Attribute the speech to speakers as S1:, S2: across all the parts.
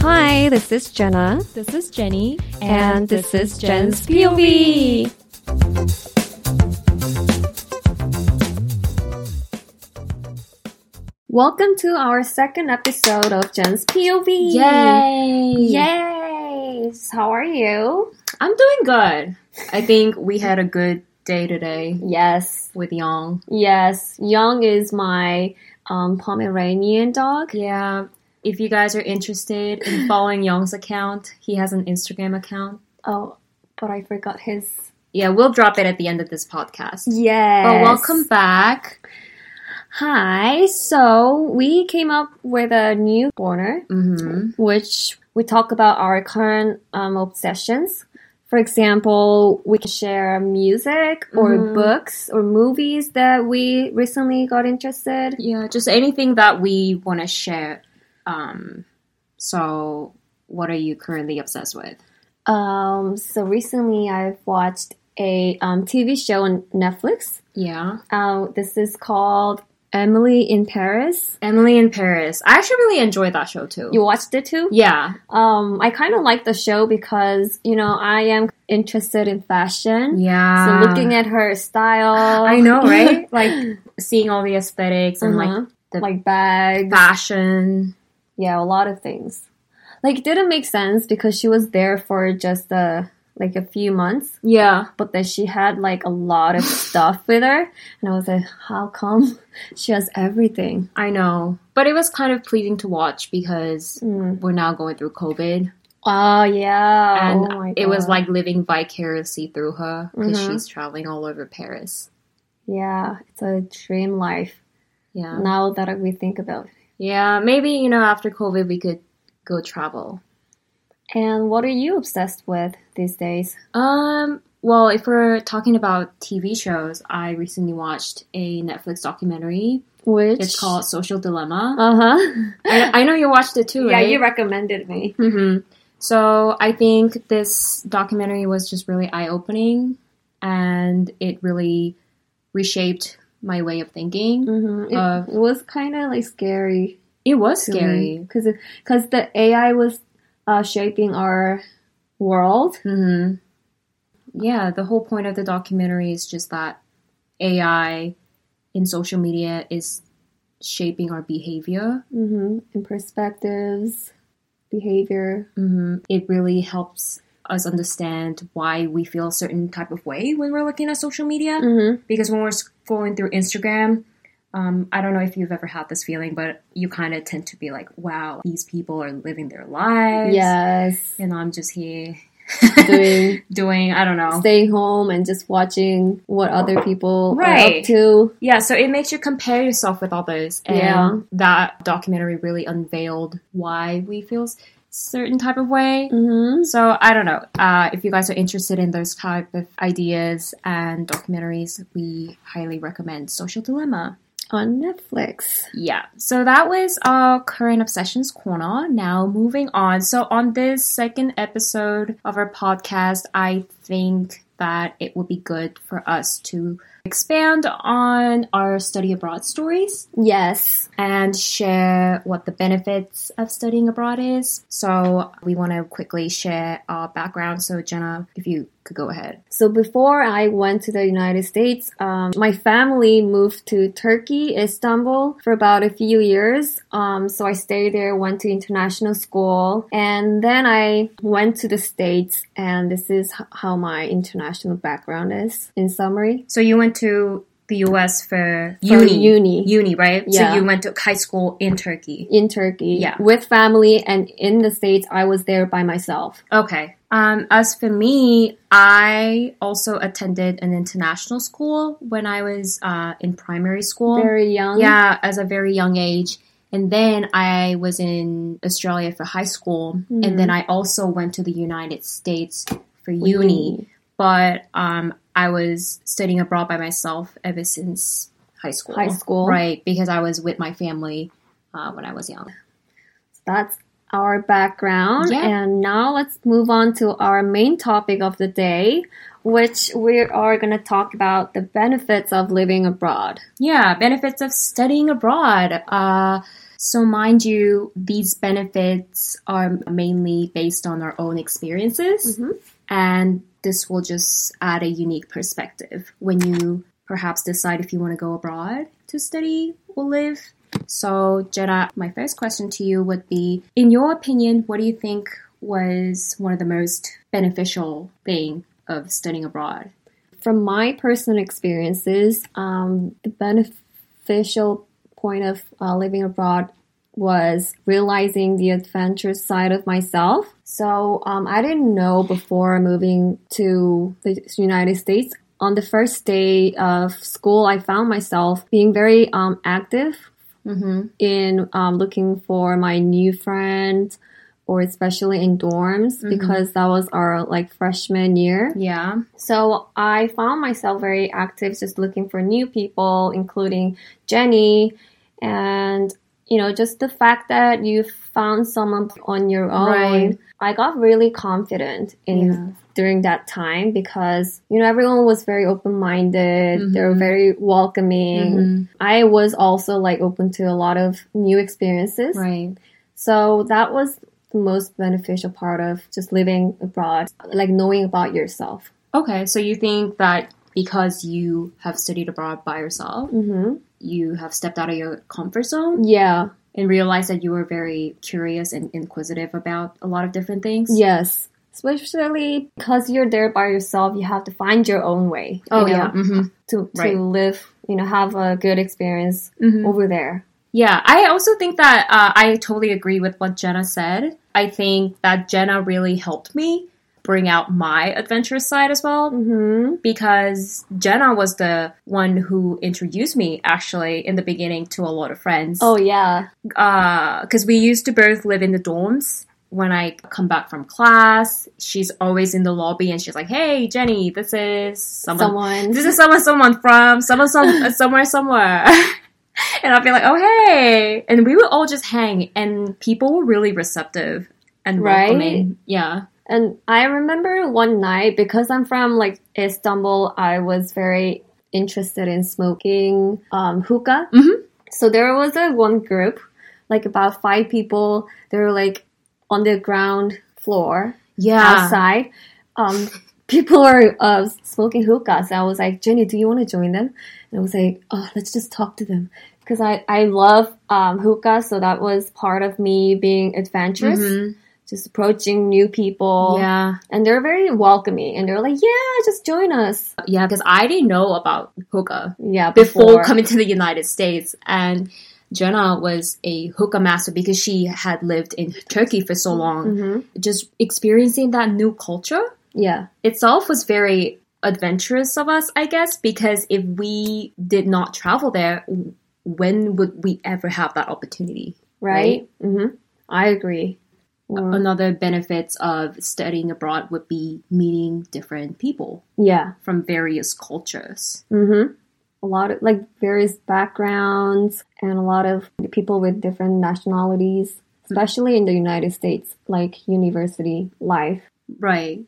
S1: Hi, this is Jenna,
S2: This is Jenny.
S1: and this is Jen's POV. Welcome to our second episode of Jen's POV.
S2: Yay!
S1: Yay! How are you?
S2: I'm doing good. I think we had a good day today
S1: Yes,
S2: with Young.
S1: yes. Young is my um, Pomeranian dog.
S2: Yeah. If you guys are interested in following Young's account, he has an Instagram account.
S1: Oh, but I forgot his.
S2: Yeah, we'll drop it at the end of this podcast.
S1: Yes.
S2: But welcome back.
S1: Oh, Hi. So we came up with a new corner,
S2: Mm-hmm.
S1: which we talk about our current um, obsessions. For example, we can share music or
S2: Mhm.
S1: books or movies that we recently got interested.
S2: Yeah, just anything that we want to share. Um, so, what are you currently obsessed with?
S1: Um, so recently, I've watched a um, TV show on Netflix.
S2: Yeah.
S1: Uh, this is called Emily in Paris.
S2: Emily in Paris. I actually really enjoyed that show too.
S1: You watched it too?
S2: yeah.
S1: Um, I kind of like the show because you know I am interested in fashion.
S2: Yeah.
S1: So looking at her style,
S2: I know, right? like seeing all the esthetics and like
S1: Mhm.
S2: the-
S1: like bags,
S2: fashion.
S1: yeah, a lot of things. Like it didn't make sense because she was there for just a like a few months,
S2: Yeah.
S1: but then she had like a lot of stuff with her, and I was like, how come she has everything?
S2: I know. But it was kind of pleasing to watch because
S1: Mm.
S2: we're now going through COVID
S1: Oh yeah,
S2: and
S1: Oh, my
S2: it was
S1: God.
S2: like living vicariously through her because
S1: Mhm.
S2: she's traveling all over Paris.
S1: yeah, it's a dream life.
S2: Yeah.
S1: Now that we think about it.
S2: Yeah, maybe you know after COVID we could go travel.
S1: And what are you obsessed with these days?
S2: Um, well, if we're talking about TV shows, I recently watched a Netflix documentary.
S1: Which
S2: It's called Social Dilemma.
S1: Uh huh.
S2: I, I know you watched it too,
S1: yeah,
S2: right?
S1: you recommended me.
S2: hmm So I think this documentary was just really eye opening and it really reshaped my way of thinking.
S1: Mm-hmm. It,
S2: Uh,
S1: it was kind of like scary.
S2: It was scary.
S1: because because the AI was uh, shaping our world.
S2: hmm Yeah, the whole point of the documentary is just that AI in social media is shaping our behavior.
S1: Mm-hmm. And perspectives, behavior.
S2: hmm It really helps us understand why we feel a certain type of way when we're looking at social media.
S1: Mm-hmm.
S2: because when we're scrolling through Instagram, um, I don't know if you've ever had this feeling, but you kind of tend to be like, "Wow, these people are living their lives,"
S1: Yes.
S2: and I'm just here
S1: Doing
S2: doing I don't know.
S1: stay home and just watching what other people are
S2: Right.
S1: up to.
S2: Yeah, so it makes you compare yourself with others, and
S1: Yeah.
S2: that documentary really unveiled why we feel s- certain type of way.
S1: Mm-hmm.
S2: So I don't know uh, if you guys are interested in those type of ideas and documentaries, we highly recommend Social Dilemma.
S1: On Netflix.
S2: Yeah, so that was our current obsessions corner. Now moving on. So on this second episode of our podcast, I think that it would be good for us to expand on our study abroad stories
S1: Yes.
S2: and share what the benefits of studying abroad is. So we want to quickly share our background. So Jenna, if you could go ahead.
S1: So before I went to the United States, um, my family moved to Turkey, Istanbul, for about a few years. Um, so I stayed there, went to international school, and then I went to the States. And this is h- how my international background is in summary.
S2: So you went to the U.S. for
S1: For uni.
S2: uni, right?
S1: Yeah.
S2: So you went to high school in Turkey.
S1: in Turkey,
S2: Yeah.
S1: with family, and in the States, I was there by myself.
S2: Okay. Um, as for me, I also attended an international school when I was uh, in primary school.
S1: Very young.
S2: Oh. yeah, as a very young age. And then I was in Australia for high school. And
S1: Hmm.
S2: then I also went to the United States for uni. But um, I was studying abroad by myself ever since high school.
S1: High school.
S2: Right, because I was with my family uh, when I was young.
S1: That's our background.
S2: Yeah.
S1: And now let's move on to our main topic of the day, which we are going to talk about the benefits of living abroad.
S2: Yeah, benefits of studying abroad. Uh, so, mind you, these benefits are mainly based on our own experiences, and this will just add a unique perspective when you perhaps decide if you want to go abroad to study or live. So, Jenna, my first question to you would be In your opinion, what do you think was one of the most beneficial thing of studying abroad?
S1: From my personal experiences, um, the beneficial point of uh, living abroad was realizing the adventurous side of myself. So um, I didn't know before moving to the United States. On the first day of school, I found myself being very um, active
S2: Mm-hmm.
S1: in um, looking for my new friend, or especially in dorms
S2: Mhm.
S1: because that was our like freshman year.
S2: Yeah.
S1: So I found myself very active, just looking for new people, including Jenny. And, you know, just the fact that you found someone on your own,
S2: Right.
S1: I got really confident in
S2: Yeah.
S1: during that time because, you know, everyone was very open minded. They were
S2: Mhm.
S1: very welcoming.
S2: Mhm.
S1: I was also like open to a lot of new experiences.
S2: Right.
S1: So that was the most beneficial part of just living abroad, like knowing about yourself.
S2: Okay, so you think that because you have studied abroad by yourself,
S1: hmm
S2: you have stepped out of your comfort zone
S1: Yeah.
S2: and realized that you were very curious and inquisitive about a lot of different things?
S1: Yes. Especially because you're there by yourself, you have to find your own way. you
S2: Oh,
S1: know,
S2: yeah. hmm
S1: To to
S2: Right.
S1: live, you know, have a good experience
S2: Mhm.
S1: over there.
S2: Yeah, I also think that uh, I totally agree with what Jenna said. I think that Jenna really helped me bring out my adventurous side as well
S1: Mm-hmm.
S2: because Jenna was the one who introduced me actually in the beginning to a lot of friends.
S1: Oh yeah.
S2: because Uh, we used to both live in the dorms. When I come back from class, she's always in the lobby and she's like, "Hey, Jenny, this is someone.
S1: Someone.
S2: Uh-huh. This is someone, someone from someone, some uh, somewhere, somewhere." and I'll be like, "Oh, hey!" And we would all just hang, and people were really receptive and
S1: Right?
S2: welcoming. Yeah.
S1: And I remember one night because I'm from like Istanbul, I was very interested in smoking um, hookah.
S2: Mhm.
S1: So there was a one group, like about five people. They were like on the ground floor,
S2: Yeah.
S1: outside. Um, people are uh, smoking hookahs. I was like, Jenny, do you want to join them? And I was like, oh, let's just talk to them. Because I, I love um, hookah, so that was part of me being adventurous.
S2: Mhm.
S1: Just approaching new people.
S2: Yeah.
S1: And they're very welcoming. And they're like, yeah, just join us.
S2: Yeah. Because I didn't know about hookah.
S1: Yeah,
S2: before,
S1: before.
S2: coming to the United States. And Jenna was a hookah master because she had lived in Turkey for so long.
S1: hmm
S2: Just experiencing that new culture
S1: Yeah.
S2: itself was very adventurous of us, I guess, because if we did not travel there, w- when would we ever have that opportunity?
S1: Right? hmm I agree. Mm.
S2: Another benefits of studying abroad would be meeting different people
S1: Yeah.
S2: from various cultures.
S1: Mm-hmm. A lot of like various backgrounds and a lot of people with different nationalities, especially in the United States, like university life.
S2: Right.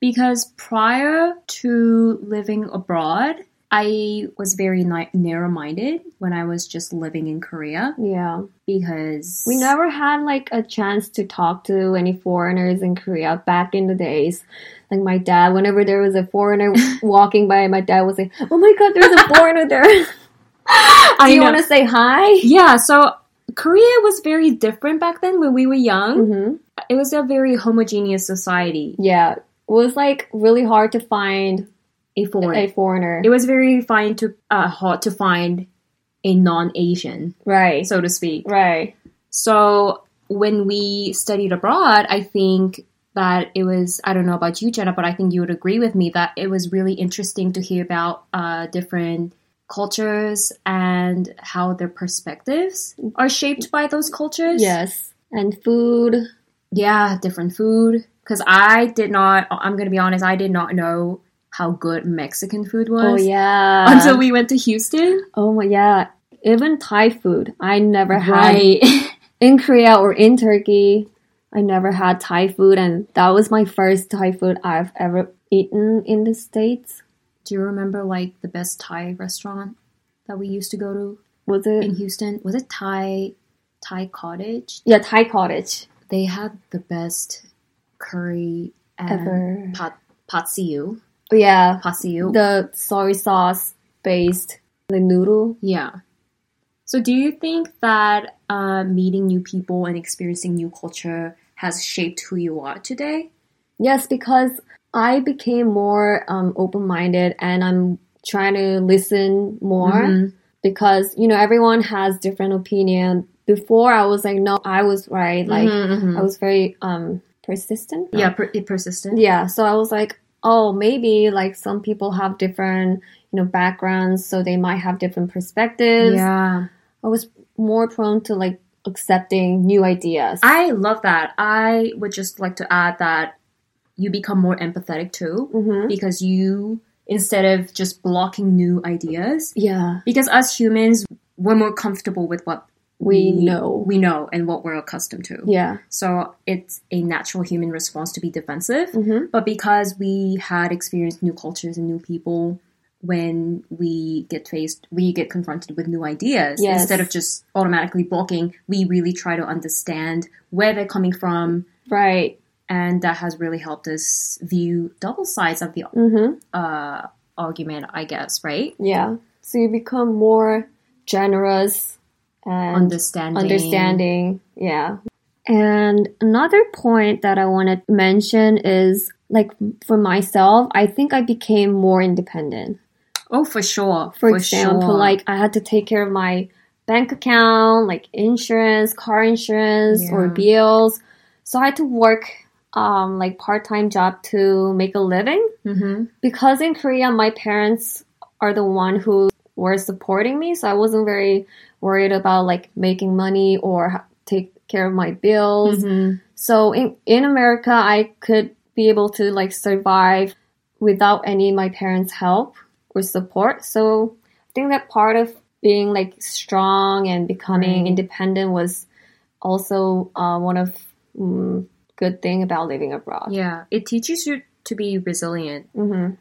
S2: Because prior to living abroad, I was very ni- narrow minded when I was just living in Korea
S1: Yeah.
S2: because
S1: We never had like a chance to talk to any foreigners in Korea back in the days. Like my dad, whenever there was a foreigner walking by, my dad would say, Oh my god, there's a foreigner there. Do
S2: I
S1: you
S2: know-
S1: want to say hi?
S2: Yeah, so Korea was very different back then when we were young.
S1: Mm-hmm.
S2: It was a very homogeneous society.
S1: Yeah. It was like really hard to find
S2: A foreign.
S1: a foreigner.
S2: it was very fine to uh, hard to find a non Asian,
S1: Right.
S2: so to speak.
S1: Right.
S2: So when we studied abroad, I think that it was, I don't know about you, Jenna, but I think you would agree with me that it was really interesting to hear about uh, different cultures and how their perspectives are shaped by those cultures.
S1: Yes. And food.
S2: Yeah, different food. Because I did not, I'm going to be honest, I did not know how good Mexican food was
S1: Oh yeah.
S2: until we went to Houston.
S1: Oh my yeah. Even Thai food. I never had
S2: Right.
S1: in Korea or in Turkey. I never had Thai food, and that was my first Thai food I've ever eaten in the States.
S2: Do you remember like the best Thai restaurant that we used to go to
S1: Was it?
S2: in Houston? Was it Thai Thai Cottage?
S1: yeah, Thai cottage.
S2: They had the best curry and
S1: Ever.
S2: Pot, pot siu.
S1: Yeah,
S2: Pot siu.
S1: the soy sauce based the noodle.
S2: Yeah. So, do you think that uh, meeting new people and experiencing new culture has shaped who you are today?
S1: Yes, because I became more um, open minded and I'm trying to listen more
S2: Mhm.
S1: because, you know, everyone has different opinion. Before I was like, no, I was right. Like,
S2: Mhm, mhm.
S1: I was very um, persistent.
S2: yeah, per- it persistent.
S1: Yeah. So I was like, oh, maybe like some people have different, you know, backgrounds, so they might have different perspectives.
S2: yeah.
S1: I was more prone to like accepting new ideas.
S2: I love that. I would just like to add that you become more empathetic too
S1: hmm
S2: because you, instead of just blocking new ideas,
S1: Yeah.
S2: because us humans, we're more comfortable with what
S1: We know.
S2: we know and what we're accustomed to.
S1: Yeah.
S2: So it's a natural human response to be defensive.
S1: hmm
S2: But because we had experienced new cultures and new people, when we get faced, we get confronted with new ideas.
S1: Yes.
S2: Instead of just automatically blocking, we really try to understand where they're coming from.
S1: Right.
S2: And that has really helped us view double sides of the
S1: hmm
S2: uh, argument, I guess, right?
S1: Yeah. So you become more generous and
S2: Understanding.
S1: understanding. Yeah. And another point that I want to mention is like for myself, I think I became more independent.
S2: Oh, for sure.
S1: For, example,
S2: sure.
S1: like I had to take care of my bank account, like insurance, car insurance, or
S2: Yeah.
S1: bills. So I had to work um, like part time job to make a living
S2: Mhm.
S1: because in Korea, my parents are the one who were supporting me, so I wasn't very worried about like making money or h- take care of my bills.
S2: Mhm.
S1: So in in America, I could be able to like survive without any of my parents' help or support. So I think that part of being like strong and becoming
S2: Right.
S1: independent was also uh, one of mm, good thing about living abroad.
S2: Yeah. It teaches you to be resilient
S1: hmm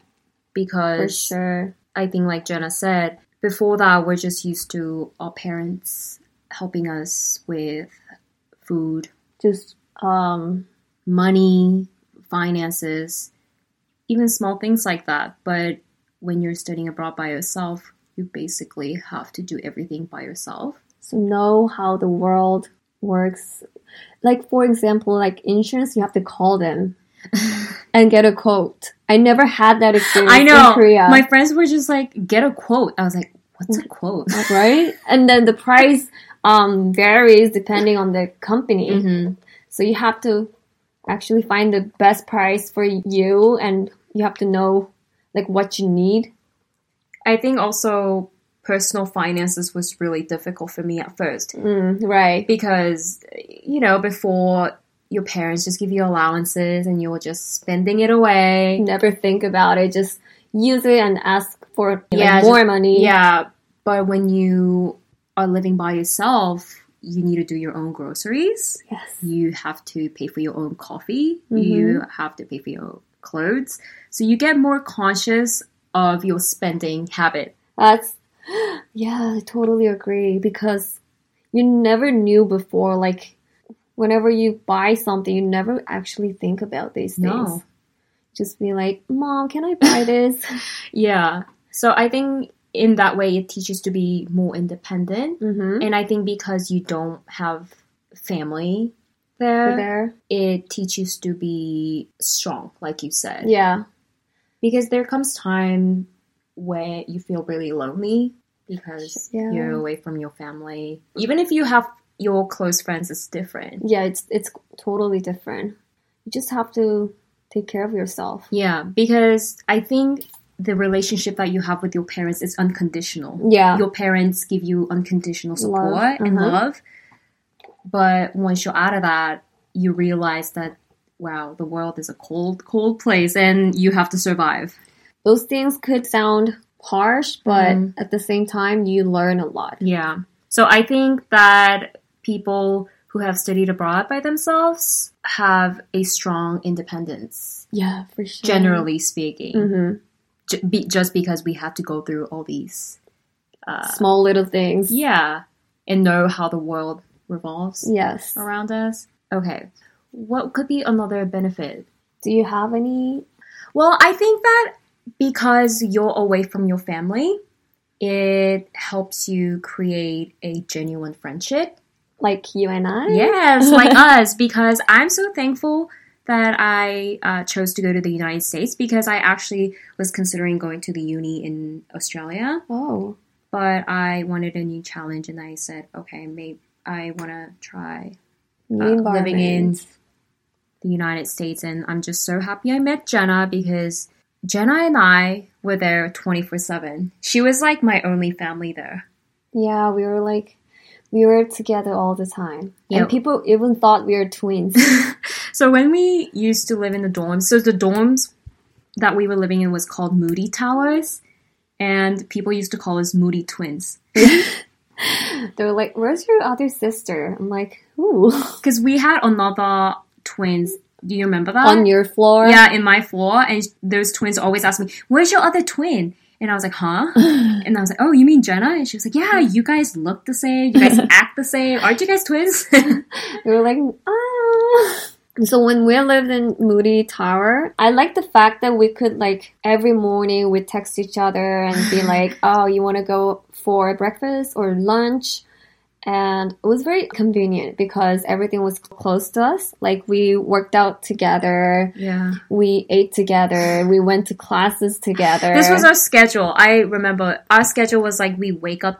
S2: because
S1: For sure.
S2: I think, like Jenna said, before that, we're just used to our parents helping us with food,
S1: Just um,
S2: money, finances, even small things like that. But when you're studying abroad by yourself, you basically have to do everything by yourself.
S1: so know how the world works like for example like insurance you have to call them and get a quote i never had that experience
S2: I know.
S1: in korea
S2: My friends were just like, get a quote. I was like, what's a quote?
S1: right and then the price um varies depending on the company
S2: hmm
S1: so you have to actually find the best price for you and you have to know like what you need
S2: I think also personal finances was really difficult for me at first.
S1: mm, right
S2: because you know before your parents just give you allowances and you're just spending it away
S1: never think about it just use it and ask for like,
S2: Yeah,
S1: more money
S2: yeah but when you are living by yourself you need to do your own groceries
S1: yes
S2: you have to pay for your own coffee
S1: Mhm.
S2: you have to pay for your own clothes so you get more conscious of your spending habit
S1: That's yeah, I totally agree because you never knew before. Like whenever you buy something, you never actually think about these things.
S2: No.
S1: Just be like, Mom, can I buy this?
S2: yeah so i think in that way it teaches to be more independent
S1: mm-hmm.
S2: And I think because you don't have family
S1: Over
S2: there,
S1: there.
S2: it teaches to be strong, like you said.
S1: Yeah.
S2: Because there comes time where you feel really lonely because
S1: Yeah.
S2: you're away from your family. Even if you have your close friends, it's different.
S1: Yeah, it's it's totally different. You just have to take care of yourself.
S2: Yeah, because I think the relationship that you have with your parents is unconditional.
S1: Yeah.
S2: your parents give you unconditional support
S1: Love,
S2: and
S1: uh-huh.
S2: Uh-huh. love. But once you're out of that, you realize that wow, the world is a cold, cold place, and you have to survive.
S1: Those things could sound harsh, but
S2: Mhm.
S1: at the same time you learn a lot.
S2: Yeah. So I think that people who have studied abroad by themselves have a strong independence,
S1: Yeah, for sure.
S2: generally speaking,
S1: hmm
S2: Ju- be- just because we have to go through all these. Uh,
S1: small little things.
S2: yeah, and know how the world revolves
S1: Yes.
S2: around us. Okay, what could be another benefit
S1: Do you have any?
S2: Well, I think that because you're away from your family, it helps you create a genuine friendship.
S1: Like you and I?
S2: Yes, like us, because I'm so thankful that I uh, chose to go to the United States because I actually was considering going to the uni in Australia,
S1: Oh,
S2: but I wanted a new challenge and I said, okay, maybe I want to try
S1: new
S2: uh,
S1: environment.
S2: living in the United States. And I'm just so happy I met Jenna because Jenna and I were there 24 7. She was like my only family there.
S1: Yeah, we were like, we were together all the time.
S2: Yeah.
S1: And people even thought we were twins.
S2: So when we used to live in the dorms, so the dorms that we were living in was called Moody Towers. And people used to call us Moody Twins
S1: they were like, where's your other sister? I'm like, ooh,
S2: because we had another twins. Do you remember that?
S1: on your floor?
S2: Uh, Yeah, in my floor, and those twins always ask me, "Where's your other twin?" And I was like, "Huh?" and I was like, "Oh, you mean Jenna?" And she was like, "Yeah, you guys look the same. You guys act the same. Aren't you guys twins?"
S1: We were like, ah. So when we lived in Moody Tower, I like the fact that we could like every morning we text each other and be like, "Oh, you want to go for breakfast or lunch?" And it was very convenient because everything was close to us. Like we worked out together,
S2: yeah,
S1: we ate together, we went to classes together.
S2: this was our schedule. I remember our schedule was like we wake up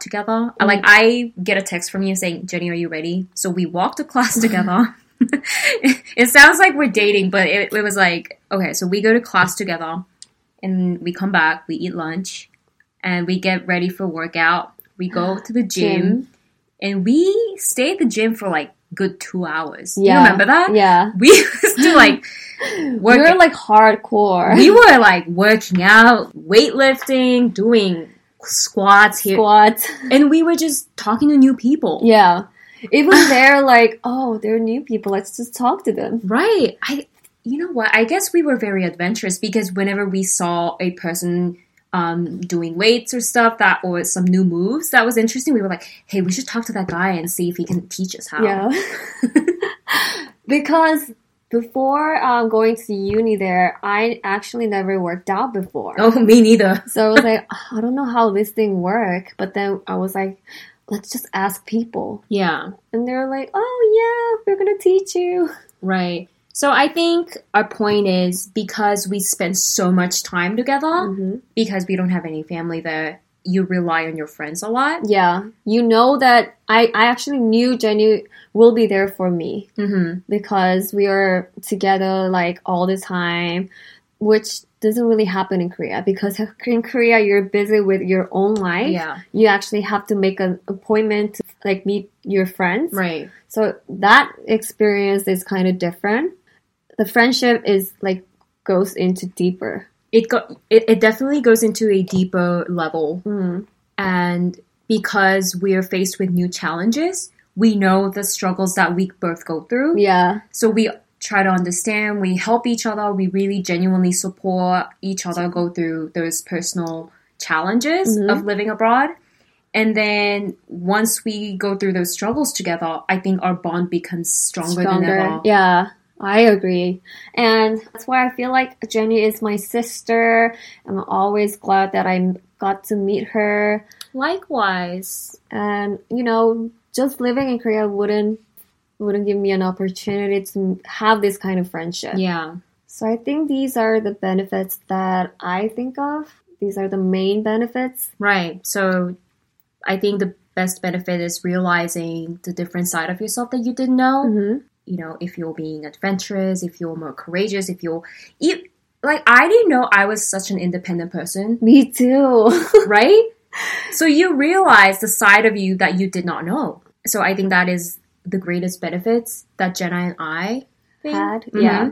S1: Mm.
S2: together. Uh, Like I get a text from you saying, "Jenny, are you ready?" So we walk to class together. it sounds like we're dating, but it, it was like okay. So we go to class together, and we come back. We eat lunch, and we get ready for workout. We go to the gym.
S1: gym.
S2: and we stayed at the gym for like good two hours.
S1: Yeah.
S2: You remember that?
S1: Yeah,
S2: We used to like work.
S1: we were like hardcore.
S2: we were like working out, weightlifting, doing squats here,
S1: Squats.
S2: and we were just talking to new people.
S1: Yeah. Even they're like, oh, they're new people. Let's just talk to them.
S2: Right. I. You know what? I guess we were very adventurous because whenever we saw a person. Um, doing weights or stuff that, or some new moves that was interesting. We were like, "Hey, we should talk to that guy and see if he can teach us how."
S1: Yeah. because before um, going to uni there, I actually never worked out before.
S2: Oh, me neither.
S1: So I was like, "Ah, I don't know how this thing work. But then I was like, let's just ask people.
S2: Yeah.
S1: And they're like, oh, yeah, we're going to teach you.
S2: Right. So I think our point is because we spend so much time together,
S1: Mhm.
S2: because we don't have any family there, you rely on your friends a lot.
S1: Yeah. You know that I, I actually knew Jenny will be there for me.
S2: Mm-hmm.
S1: because we are together like all the time, which doesn't really happen in Korea because in Korea you're busy with your own life.
S2: Yeah.
S1: You actually have to make an appointment to like meet your friends.
S2: Right.
S1: So that experience is kind of different. The friendship is like goes into deeper.
S2: It go it, it definitely goes into a deeper level
S1: Mm.
S2: and because we are faced with new challenges, we know the struggles that we both go through.
S1: Yeah.
S2: So we try to understand, we help each other, we really genuinely support each other go through those personal challenges
S1: Mhm.
S2: of living abroad. And then once we go through those struggles together, I think our bond becomes stronger, than ever.
S1: Yeah, I agree. And that's why I feel like Jenny is my sister. I'm always glad that I got to meet her.
S2: Likewise.
S1: And you know, just living in Korea wouldn't wouldn't give me an opportunity to have this kind of friendship.
S2: Yeah.
S1: So I think these are the benefits that I think of. These are the main benefits.
S2: Right. So I think the best benefit is realizing the different side of yourself that you didn't know.
S1: Mm-hmm.
S2: you know, if you're being adventurous, if you're more courageous, if you're, you, like, I didn't know I was such an independent person,
S1: Me too.
S2: right? so you realize the side of you that you did not know. So I think that is the greatest benefits that Jenna and I think.
S1: Had, yeah.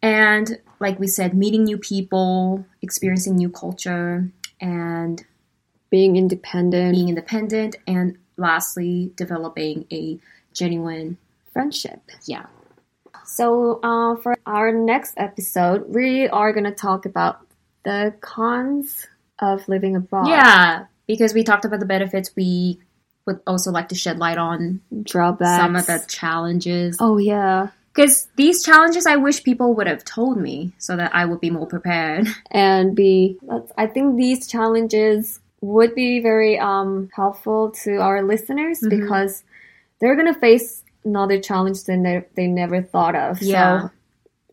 S2: And like we said, meeting new people, experiencing new culture, and
S1: Being independent,
S2: being independent, and lastly, developing a genuine
S1: friendship.
S2: Yeah.
S1: So, uh, for our next episode, we are going to talk about the cons of living abroad.
S2: Yeah. Because we talked about the benefits, we would also like to shed light on
S1: Drawbacks.
S2: some of the challenges.
S1: Oh, yeah.
S2: Because these challenges, I wish people would have told me so that I would be more prepared.
S1: And be, let's- I think these challenges would be very um, helpful to our listeners
S2: Mhm.
S1: because they're going to face another challenge than they, they never thought of. So,
S2: Yeah.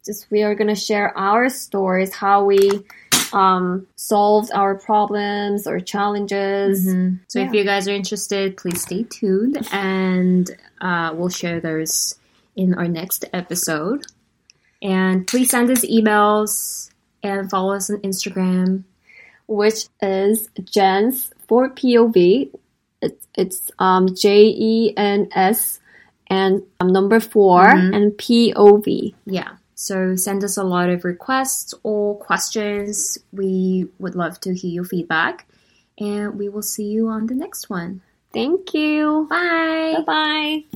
S1: just we are going to share our stories, how we um, solved our problems or challenges.
S2: Mhm. So if
S1: Yeah.
S2: you guys are interested, please stay tuned, and uh, we'll share those in our next episode. And please send us emails and follow us on Instagram.
S1: which is Jen's for POV. It's, it's um, J E N S and um, number 4
S2: Mhm.
S1: and POV.
S2: Yeah. So send us a lot of requests or questions. We would love to hear your feedback, and we will see you on the next one.
S1: Thank you.
S2: Bye.
S1: Bye bye.